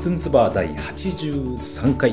ズンツバー第83回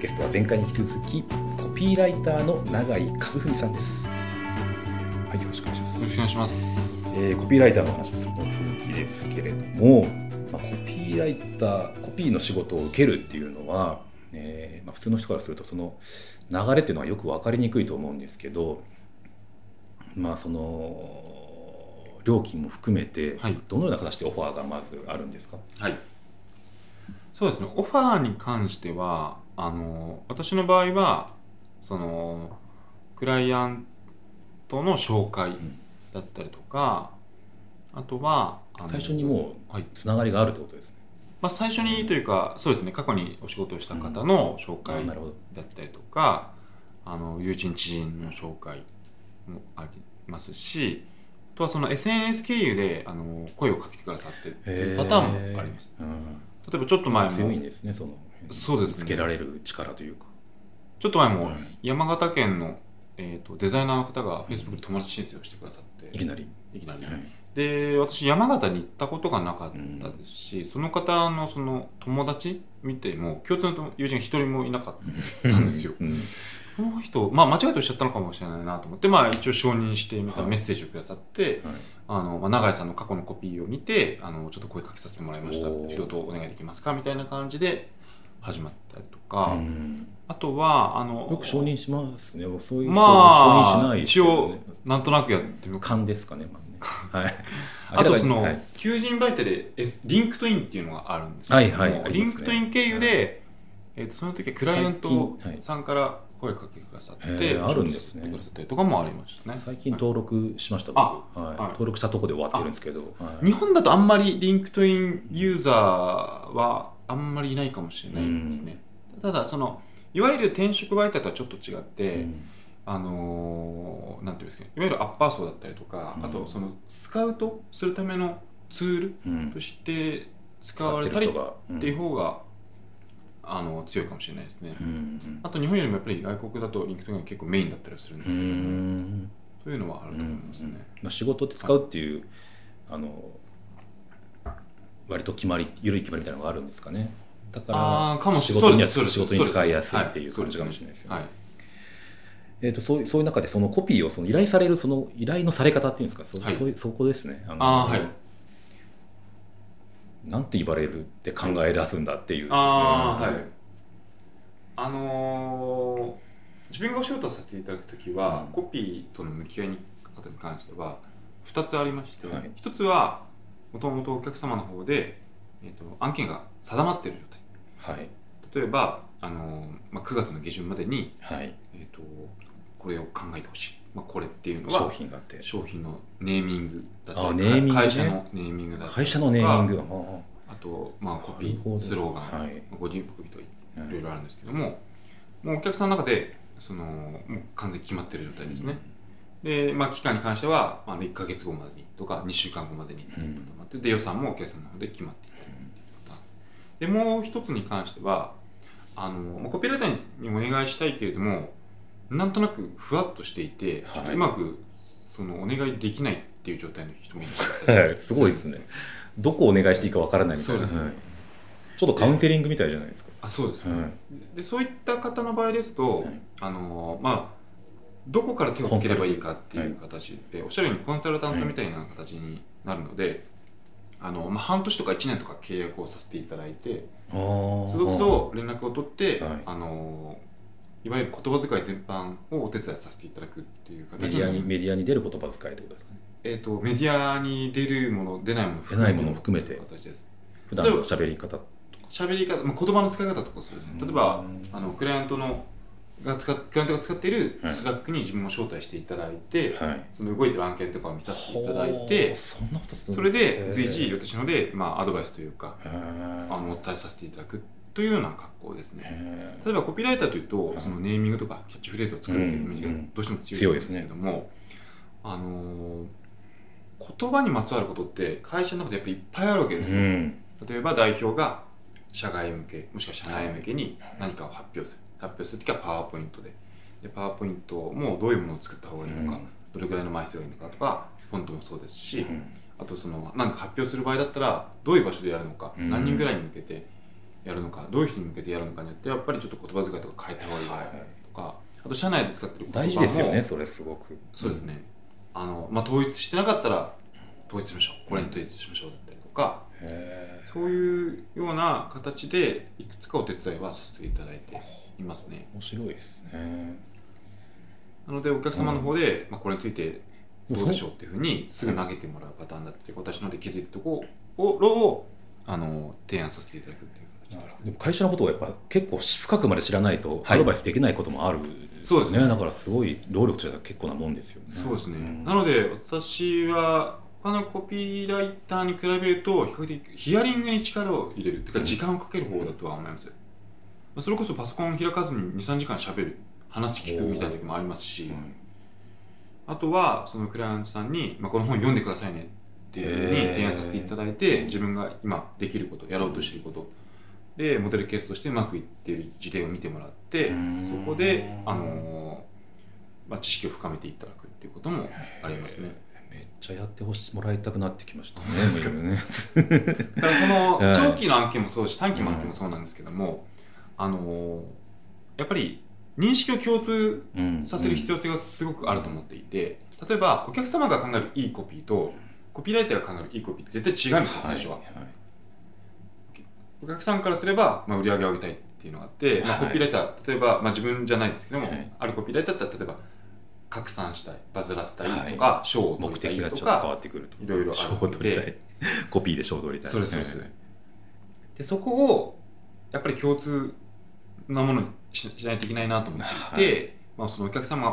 ゲストは前回に引き続きコピーライターの永井和文さんですはいよろしくお願いしますよろしくお願いします。えーコピーライターの話の続きですけれども、まあ、コピーライターコピーの仕事を受けるっていうのは、えーまあ、普通の人からするとその流れっていうのはよく分かりにくいと思うんですけどまあその料金も含めてはいどのような形でオファーがまずあるんですか、はい。そうですね。オファーに関しては、あの、私の場合は、その、クライアントの紹介だったりとか、あとは、あの最初にもうはい。つながりがあるってことですね。まあ、最初にというか、そうですね。過去にお仕事をした方の紹介あなるほどだったりとかあの友人知人の紹介もありますしあとはその SNS 経由であの声をかけてくださってっていうパターンもあります、へーうん例えばちょっと前強いんもですねそのそうですねつけられる力というか。ちょっと前もはい山形県の、えー、とデザイナーの方が Facebook で友達申請をしてくださっいてきなり。いきなりはいで私山形に行ったことがなかったですし、その方のその友達見ても共通の友人が一人もいなかったんですようんこの人、まあ、間違えておっしゃったのかもしれないなと思って、まあ、一応承認してみたはいメッセージをくださって、はいあのまあ、永井さんの過去のコピーを見てあのちょっと声かけさせてもらいましたおー仕事をお願いできますかみたいな感じで始まったりとか、うんあとはあのよく承認しますね。僕そういう人まは承認しあないです一けど応ね。なんとなくやってみようか勘ですかね、まあ ね。はい。あとその、はい求人媒体で、S、リンクトインっていうのがあるんですはいはいもうありリまンすねクトイン経由で、えー、とその時はクライアント最近はいさんから声かけてくださって、へーあるんですねお仕事させてくださったりとかもありましたね最近はい登録しました、あ僕。はいはい登録したとこで終わってるんですけど。はい日本だとあんまりリンクトインユーザーはあんまりいないかもしれないですね、ただそのいわゆる転職媒体とはちょっと違って、うんあのーなんていうんですかねいわゆるアッパー層だったりとか、うんあとそのスカウトするためのツールうんとして使使わっれてるたり人っが。うんていう方が、あの強いかもしれないですね、うんあと日本よりもやっぱり外国だとリンクトインが結構メインだったりするんでうすけど、んというのはあると思いますね、まあ、仕事って使うっていう、あの割と決まり緩い決まりみたいなのがあるんですかねだあかーらもし仕事にはそうです仕事に使いやすいっていうそ感うでじすかもしれないですよね、はいえー、とそういうそういう中でそのコピーをその依頼されるその依頼のされ方っていうんですかそ,、はいういうそこですねあのあーはいなんて言われるって考え出すんだっていうああうはんいあのー自分がお仕事させていただく時うは、んコピーとの向き合いに方に関しては2つありまして、はい1つはもともとお客様の方で、えー、と案件が定まっている状態はい例えば、あのーまあ、9月の下旬までに、はいえー、とこれを考えてほしい、まあ、これっていうのは商品があって商品のネーミングだったありネーミングね会社のネーミングだったりとか会社のネーミングがまあと、まあ、コピなるほどースローガン、はいご自由コピーといあろいろあるんですけどももうお客さんの中でそのもう完全に決まってる状態ですね、で、まあ、期間に関しては、まあ、1か月後までにとか2週間後までにっていうパターンもあってで予算もお客さんの方で決まっていったりっていうパターンでもう一つに関してはあのまあコピーライターにお願いしたいけれどもなんとなくふわっとしていて、はいちょっとうまくそのお願いできないっていう状態の人もいま すはいすごいですねどこお願いしていいかわからないみたいな、そうですねはいちょっとカウンセリングみたいじゃないですか、あそうですね、はいでそういった方の場合ですと、はいあのまあどこから手をつければいいかっていう形で、おっしゃるようにコンサルタントみたいな形になるので、あのまあ、半年とか1年とか契約をさせていただいてあーそのと連絡を取って、はいあのいわゆる言葉遣い全般をお手伝いさせていただくっていうメ形ディアにに、メディアに出る言葉遣いってことですかねえー、とメディアに出るもの出ないもの出ないものを含めて形です普段の喋り方喋り方、まあ、言葉の使い方とかそうですね例えばあのクライアントのが使っクライアントが使っているはいスラックに自分も招待していただいて、はいその動いてる案件とかを見させていただいてそんなことするそれで随時私ので、まあ、アドバイスというかへーあのお伝えさせていただくというような格好ですねへー例えばコピーライターというと、はいそのネーミングとかキャッチフレーズを作るというイメージがうんうんどうしても強いんですけども、あのー言葉にまつわることって会社の中でやっぱりいっぱいあるわけですうよ、ん例えば代表が社外向けもしくは社内向けに何かを発表する発表するときはパワーポイントででパワーポイントもどういうものを作った方がいいのか、うんどれくらいの枚数がいいのかとかフォントもそうですし、うんあとその何か発表する場合だったらどういう場所でやるのか、うん何人ぐらいに向けてやるのかどういう人に向けてやるのかによってやっぱりちょっと言葉遣いとか変えた方がいいとか、あと社内で使ってる言葉も大事ですよねそれすごくそうですね、あのまあ、統一してなかったら統一しましょうこれに統一しましょうだったりとか、へえそういうような形でいくつかお手伝いはさせていただいていますね。面白いですねなのでお客様の方で、まあ、これについてどうでしょううっていうふうにすぐ投げてもらうパターンだって私ので気づいたところをあの提案させていただくっていう形ですでも会社のことをやっぱ結構深くまで知らないとはいアドバイスできないこともあるですそうよですね、だからすごい労力としては結構なもんですよねそうですね、んなので私は他のコピーライターに比べると比較的ヒアリングに力を入れるっていううかん時間をかける方だとは思います、まあそれこそパソコン開かずに23時間しゃべる話聞くみたいな時もありますし、うんあとはそのクライアントさんに、まあ、この本読んでくださいねっていうふうへにー提案させていただいて自分が今できることやろうとしていることでモデルケースとしてうまくいっている事例を見てもらってうんそこで、あのーまあ、知識を深めていただくっていうこともありますね。めっちゃやってほしもらいたくなってきましたねですかもうねだからそはのい長期の案件もそうだし短期の案件もそうなんですけども、あのーやっぱり認識を共通うんさせる必要性がすごくあると思っていて、例えばお客様が考えるいいコピーとコピーライターが考えるいいコピーって絶対違うんですよ最初は、いお客さんからすれば、まあ、売り上げを上げたいっていうのがあって、まあ、はいコピーライター例えば、まあ、自分じゃないですけども、はいあるコピーライターだったら例えば拡散したいバズらせたいとはか賞、を目取的りたがいちょっとと変わかってくるとい ろいろある賞を取りたいコピーで賞を取りたいそうですそうですはいでそこをやっぱり共通なものにししないといけないなと思っていて、まあ、そのお客様が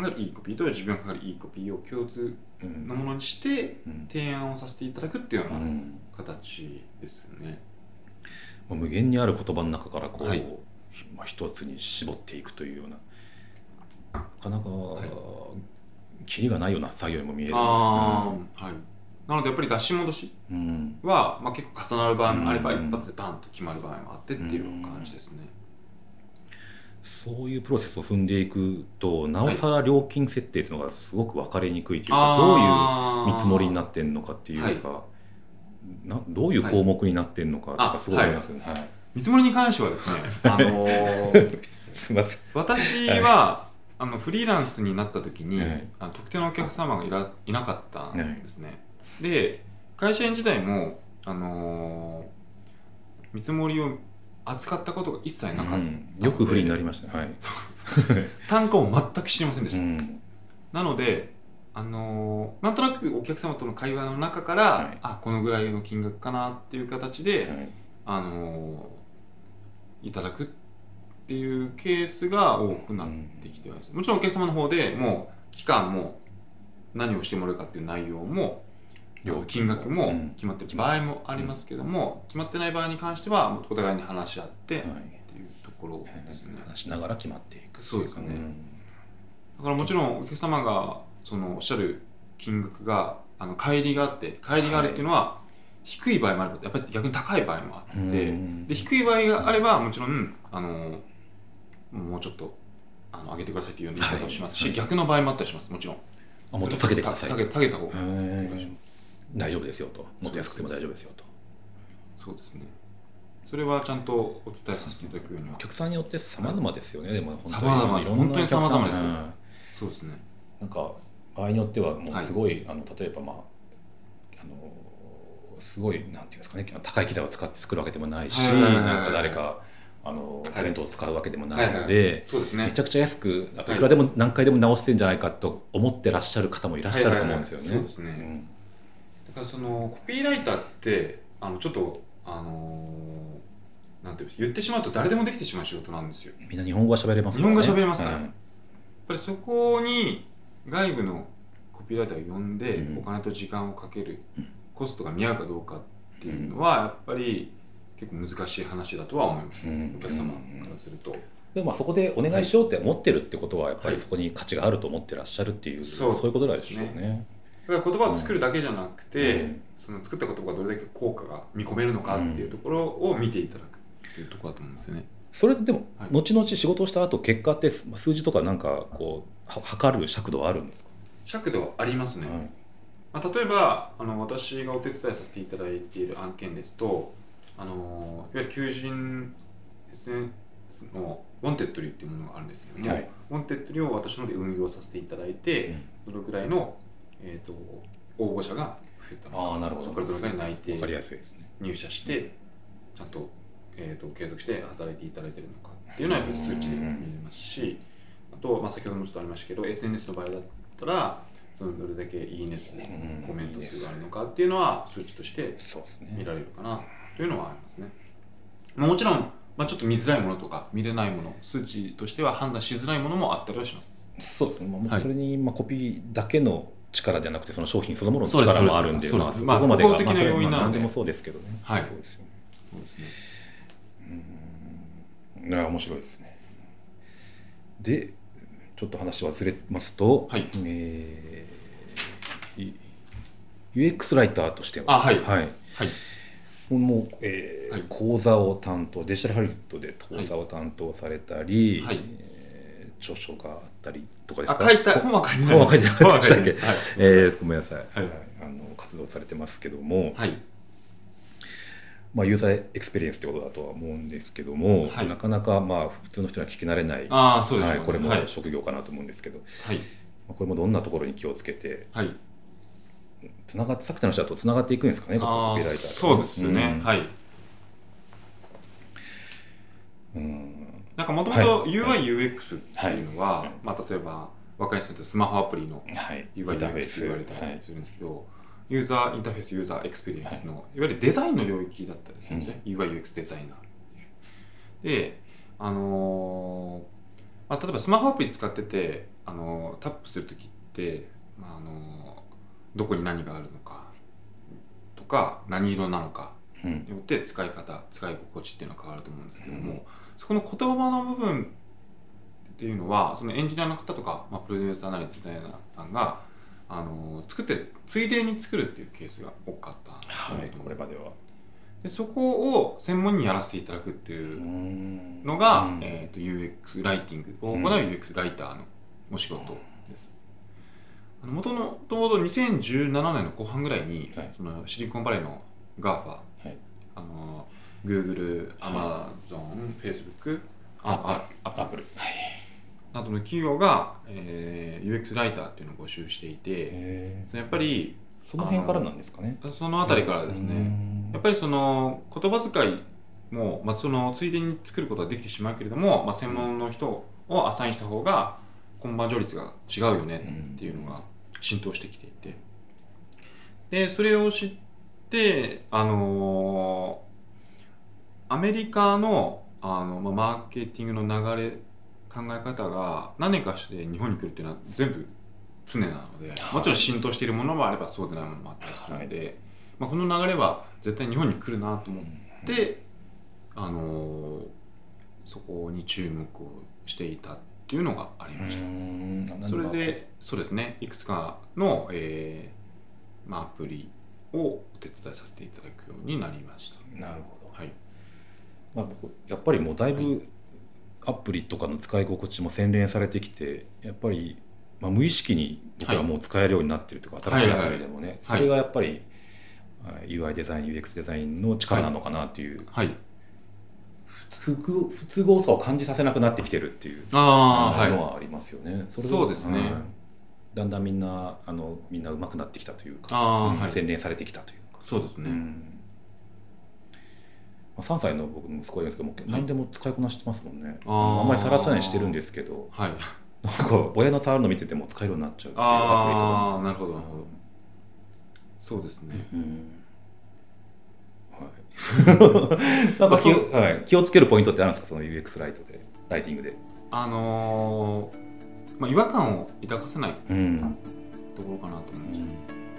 考えるいいコピーと自分が考えるいいコピーを共通うんのものにしてうん提案をさせていただくっていうよううな、ん形ですね。もう無限にある言葉の中からこう、はいひまあ、一つに絞っていくというようななかなか、いキリがないような作業にも見えるんですあーはい、なのでやっぱり出し戻しけど、ねうん、は、まあ、結構重なる場合もあればうん一発でパンと決まる場合もあってっていう感じですね。そういうプロセスを踏んでいくとなおさら料金設定というのがすごく分かりにくいというか、どういう見積もりになってってんのかっていうか、などういう項目になってんのかとはかいすごい思いますよね。はい見積もりに関してはですね、あ のーすいません私は、あのフリーランスになった時に、はいあの特定のお客様がいらいなかったんですね。で会社員時代も、あのー見積もりを扱ったことが一切なかった、うんよく不利になりましたね。はい単価を全く知りませんでした。うんなので、あのーなんとなくお客様との会話の中から、はいあこのぐらいの金額かなっていう形で、はいあのーいただくっていうケースが多くなってきてはいます、もちろんお客様の方でもう期間も何をしてもらうかっていう内容も料金額うもん決まってる場合もありますけども、決まってない場合に関してはお互いに話し合ってっはいていうところですね。話しながら決まっていくそうですねんだからもちろんお客様がそのおっしゃる金額があの乖離があって乖離があるっていうのは低い場合もあればやっぱり逆に高い場合もあって、うんで低い場合があればもちろんあのもうちょっとあの上げてくださいっていうような言い方をしますし、はい逆の場合もあったりしますもちろんあもっと下げてください下げ下げた方がへえ大丈夫ですよともっと安くても大丈夫ですよとそうですねそれはちゃんとお伝えさせていただくようにはお客さんによって様々ですよねでも本当に様々いろんなお客さん本当に様々ですうんそうですねなんか場合によってはもうはいすごい、あの例えばまああのすごいなんていうんですかね高い機材を使って作るわけでもないし、はいはいはいはいなんか誰かあのタレントを使うわけでもないので、そうですめねちゃくちゃ安くあといくらでも何回でも直してんじゃないかと思ってらっしゃる方もいらっしゃると思うんですよね。はいはいはいそうですねんだからそのコピーライターってあのちょっとあのーなんていうんです言ってしまうと誰でもできてしまう仕事なんですよやみんな日本語が喋れますから日本語が喋れますからうんっぱりそこに外部のコピーライターを呼んで、うんお金と時間をかける、コストが見合うかどうかっていうのはやっぱり結構難しい話だとは思います、うんお客様からすると、でもまあそこでお願いしようって思ってるってことはやっぱはりいそこに価値があると思ってらっしゃるっていう、そうそういうことなんでしょうね。だから言葉を作るだけじゃなくて、うんその作った言葉がどれだけ効果が見込めるのかっていうところを見ていただくっていうところだと思うんですよね、それでもはい後々仕事をした後結果ってまあ数字とかなんかこうは測る尺度はあるんですか、尺度はありますね、はいまあ、例えばあの私がお手伝いさせていただいている案件ですとあのいわゆる求人ですねのウォンテッドリーっていうものがあるんですけども、はいウォンテッドリーを私の方で運用させていただいて、どのくらいの、えー、と応募者が増えたのかああなるほそどこからどのくらい内わかり定やすいですね入社してちゃんと,、えー、と継続して働いていただいてるのかっていうのはやっぱり数値で見れますしあと、まあ、先ほどもちょっとありましたけど SNS の場合だったらそのどれだけいいね数うんコメントいいね数数があるのかっていうのは数値としてそうです見ねられるかなというのはありますね。まあもちろん、まあ、ちょっと見づらいものとか見れないもの数値としては判断しづらいものもあったりはします。そうですね、まあもちろはん、いそれに、まあ、コピーだけの力じゃなくてその商品そのもののそうです力もあるんでそうですまあそうでそこますまあでが複合的なまあそれ要因まなのであ何でもそうですけどね、はいそうですよねそうですねいや面白いですねでちょっと話はずれますと、はいえーい UX ライターとしてはあはいはいはいもう、えーはい講座を担当デジタルハリウッドで講座を担当されたり、はいえー著書があったりとかですあか書いた本は書いてない本は書いてなかったでしたっけ、はえーごめんなさい、はいあの活動されてますけども、い、はいまあ、ユーザーエクスペリエンスってことだとは思うんですけども、はいなかなかまあ普通の人には聞き慣れない、ああそうですはい、よねこれもはい、職業かなと思うんですけど、まはいあこれもどんなところに気をつけてはいつながってさっきの話だとつながっていくんですかねあコピあーライターってそうですね、うんはいうんなんかもともとはい UIUX っていうのは、はいまあ、例えば分かりやすいとスマホアプリのはい、 UIUX ダって言われたはりい、するんですけど、ユーザーインターフェースユーザーエクスペリエンスの、い、わゆるデザインの領域だったりするんですね、UIUX デザイナーっていうであのーまあ、例えばスマホアプリ使ってて、あのータップするときって、まああのーどこに何があるのかとか何色なのかうんによって使い方使い心地っていうのは変わると思うんですけども、うんそこの言葉の部分っていうのはそのエンジニアの方とか、まあ、プロデューサーなりデザイナーさんがあの作ってついでに作るっていうケースが多かったんですよはい、これまではでそこを専門にやらせていただくっていうののが、うんえー、と UX ライティングを行う UX ライターのお仕事です。あの元のともと2017年の後半ぐらいに、はいそのシリコンバレーの GAFA はいあの Google、Amazon、Facebook、ああアップル、はいなどの企業が、えー UX ライターっていうのを募集していて、へーそのやっぱりその辺からなんですかねそのあたりからですね、やっぱりその言葉遣いも、まあ、そのついでに作ることはできてしまうけれども、まあ、専門の人をアサインした方がコンバージョン率が違うよねっていうのが浸透してきていてでそれを知ってあのーアメリカのあの、まあ、マーケティングの流れ考え方が何年かして日本に来るっていうのは全部常なのでもちろん浸透しているものもあればそうでないものもあったりするので、まあ、この流れは絶対日本に来るなと思って、あのーそこに注目をしていたっていうのがありました。りそれでそうですねいくつかの、えーまあ、アプリをお手伝いさせていただくようになりましたなるほどはいまあ、僕やっぱりもうだいはぶアプリとかの使い心地も洗練されてきてやっぱり、まあ、無意識に僕らもう使えるようになってるというか、はい新しいアプリでもね、はいはいそれがやっぱり、あ UI デザイン UX デザインの力なのかなっていう、はい不不不都合さを感じさせなくなってきてるっていうああはいのはありますよね。れをそうですねんだんだんみんなあのみんな上手くなってきたというか、あうーんはい洗練されてきたというか。そうですね、うんまあ、3歳の僕息子がいるんですけどもう何でも使いこなしてますもんね、あーあんまりさらさないようにしてるんですけどはいなんか親の触るの見てても使えるようになっちゃうっていうアああなるほどなるほどそうですねプリとかも、うんはい、なんか気を,、はい、気をつけるポイントってあるんですかその UX ライトでライティングで、あのーまあ、違和感を抱かせないうんところかなと思います、ま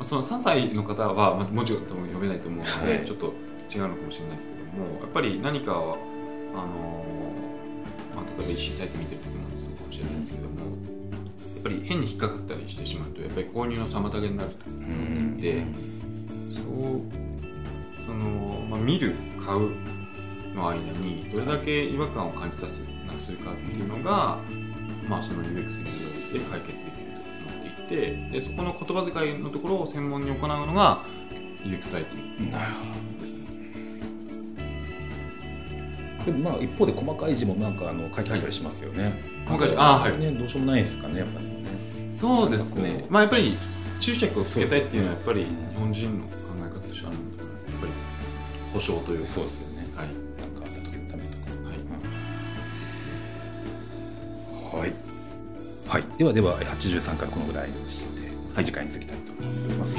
あ、その3歳の方はまあ文字が多分読めないと思うので、はいちょっと違うのかもしれないですけどもやっぱり何かはあのーまあ、例えば EC サイト見てる時もそうかもしれないですけどもやっぱり変に引っかかったりしてしまうとやっぱり購入の妨げになるうとんでそうその、まあ、見る買うの間にどれだけ違和感を感じさせなくするかっていうのが、まあ、その UX において解決できると思っていてでそこの言葉遣いのところを専門に行うのが UX ライティングなるほどですね。でもまあ一方で細かい字もなんかあの書いてあったりしますよね。細かい字あーはいねどうしようもないですかねやっぱりね。そうですなんかねこうまあやっぱり注釈をつけたいっていうのはやっぱりそうそう日本人の考え方としてあるんだと思いますやっぱり保証というかそうですよね。はなんかあっいた時のためにとか。ははいい。はい、ではでは83回はこのぐらいにして、次回に続きたいと思います。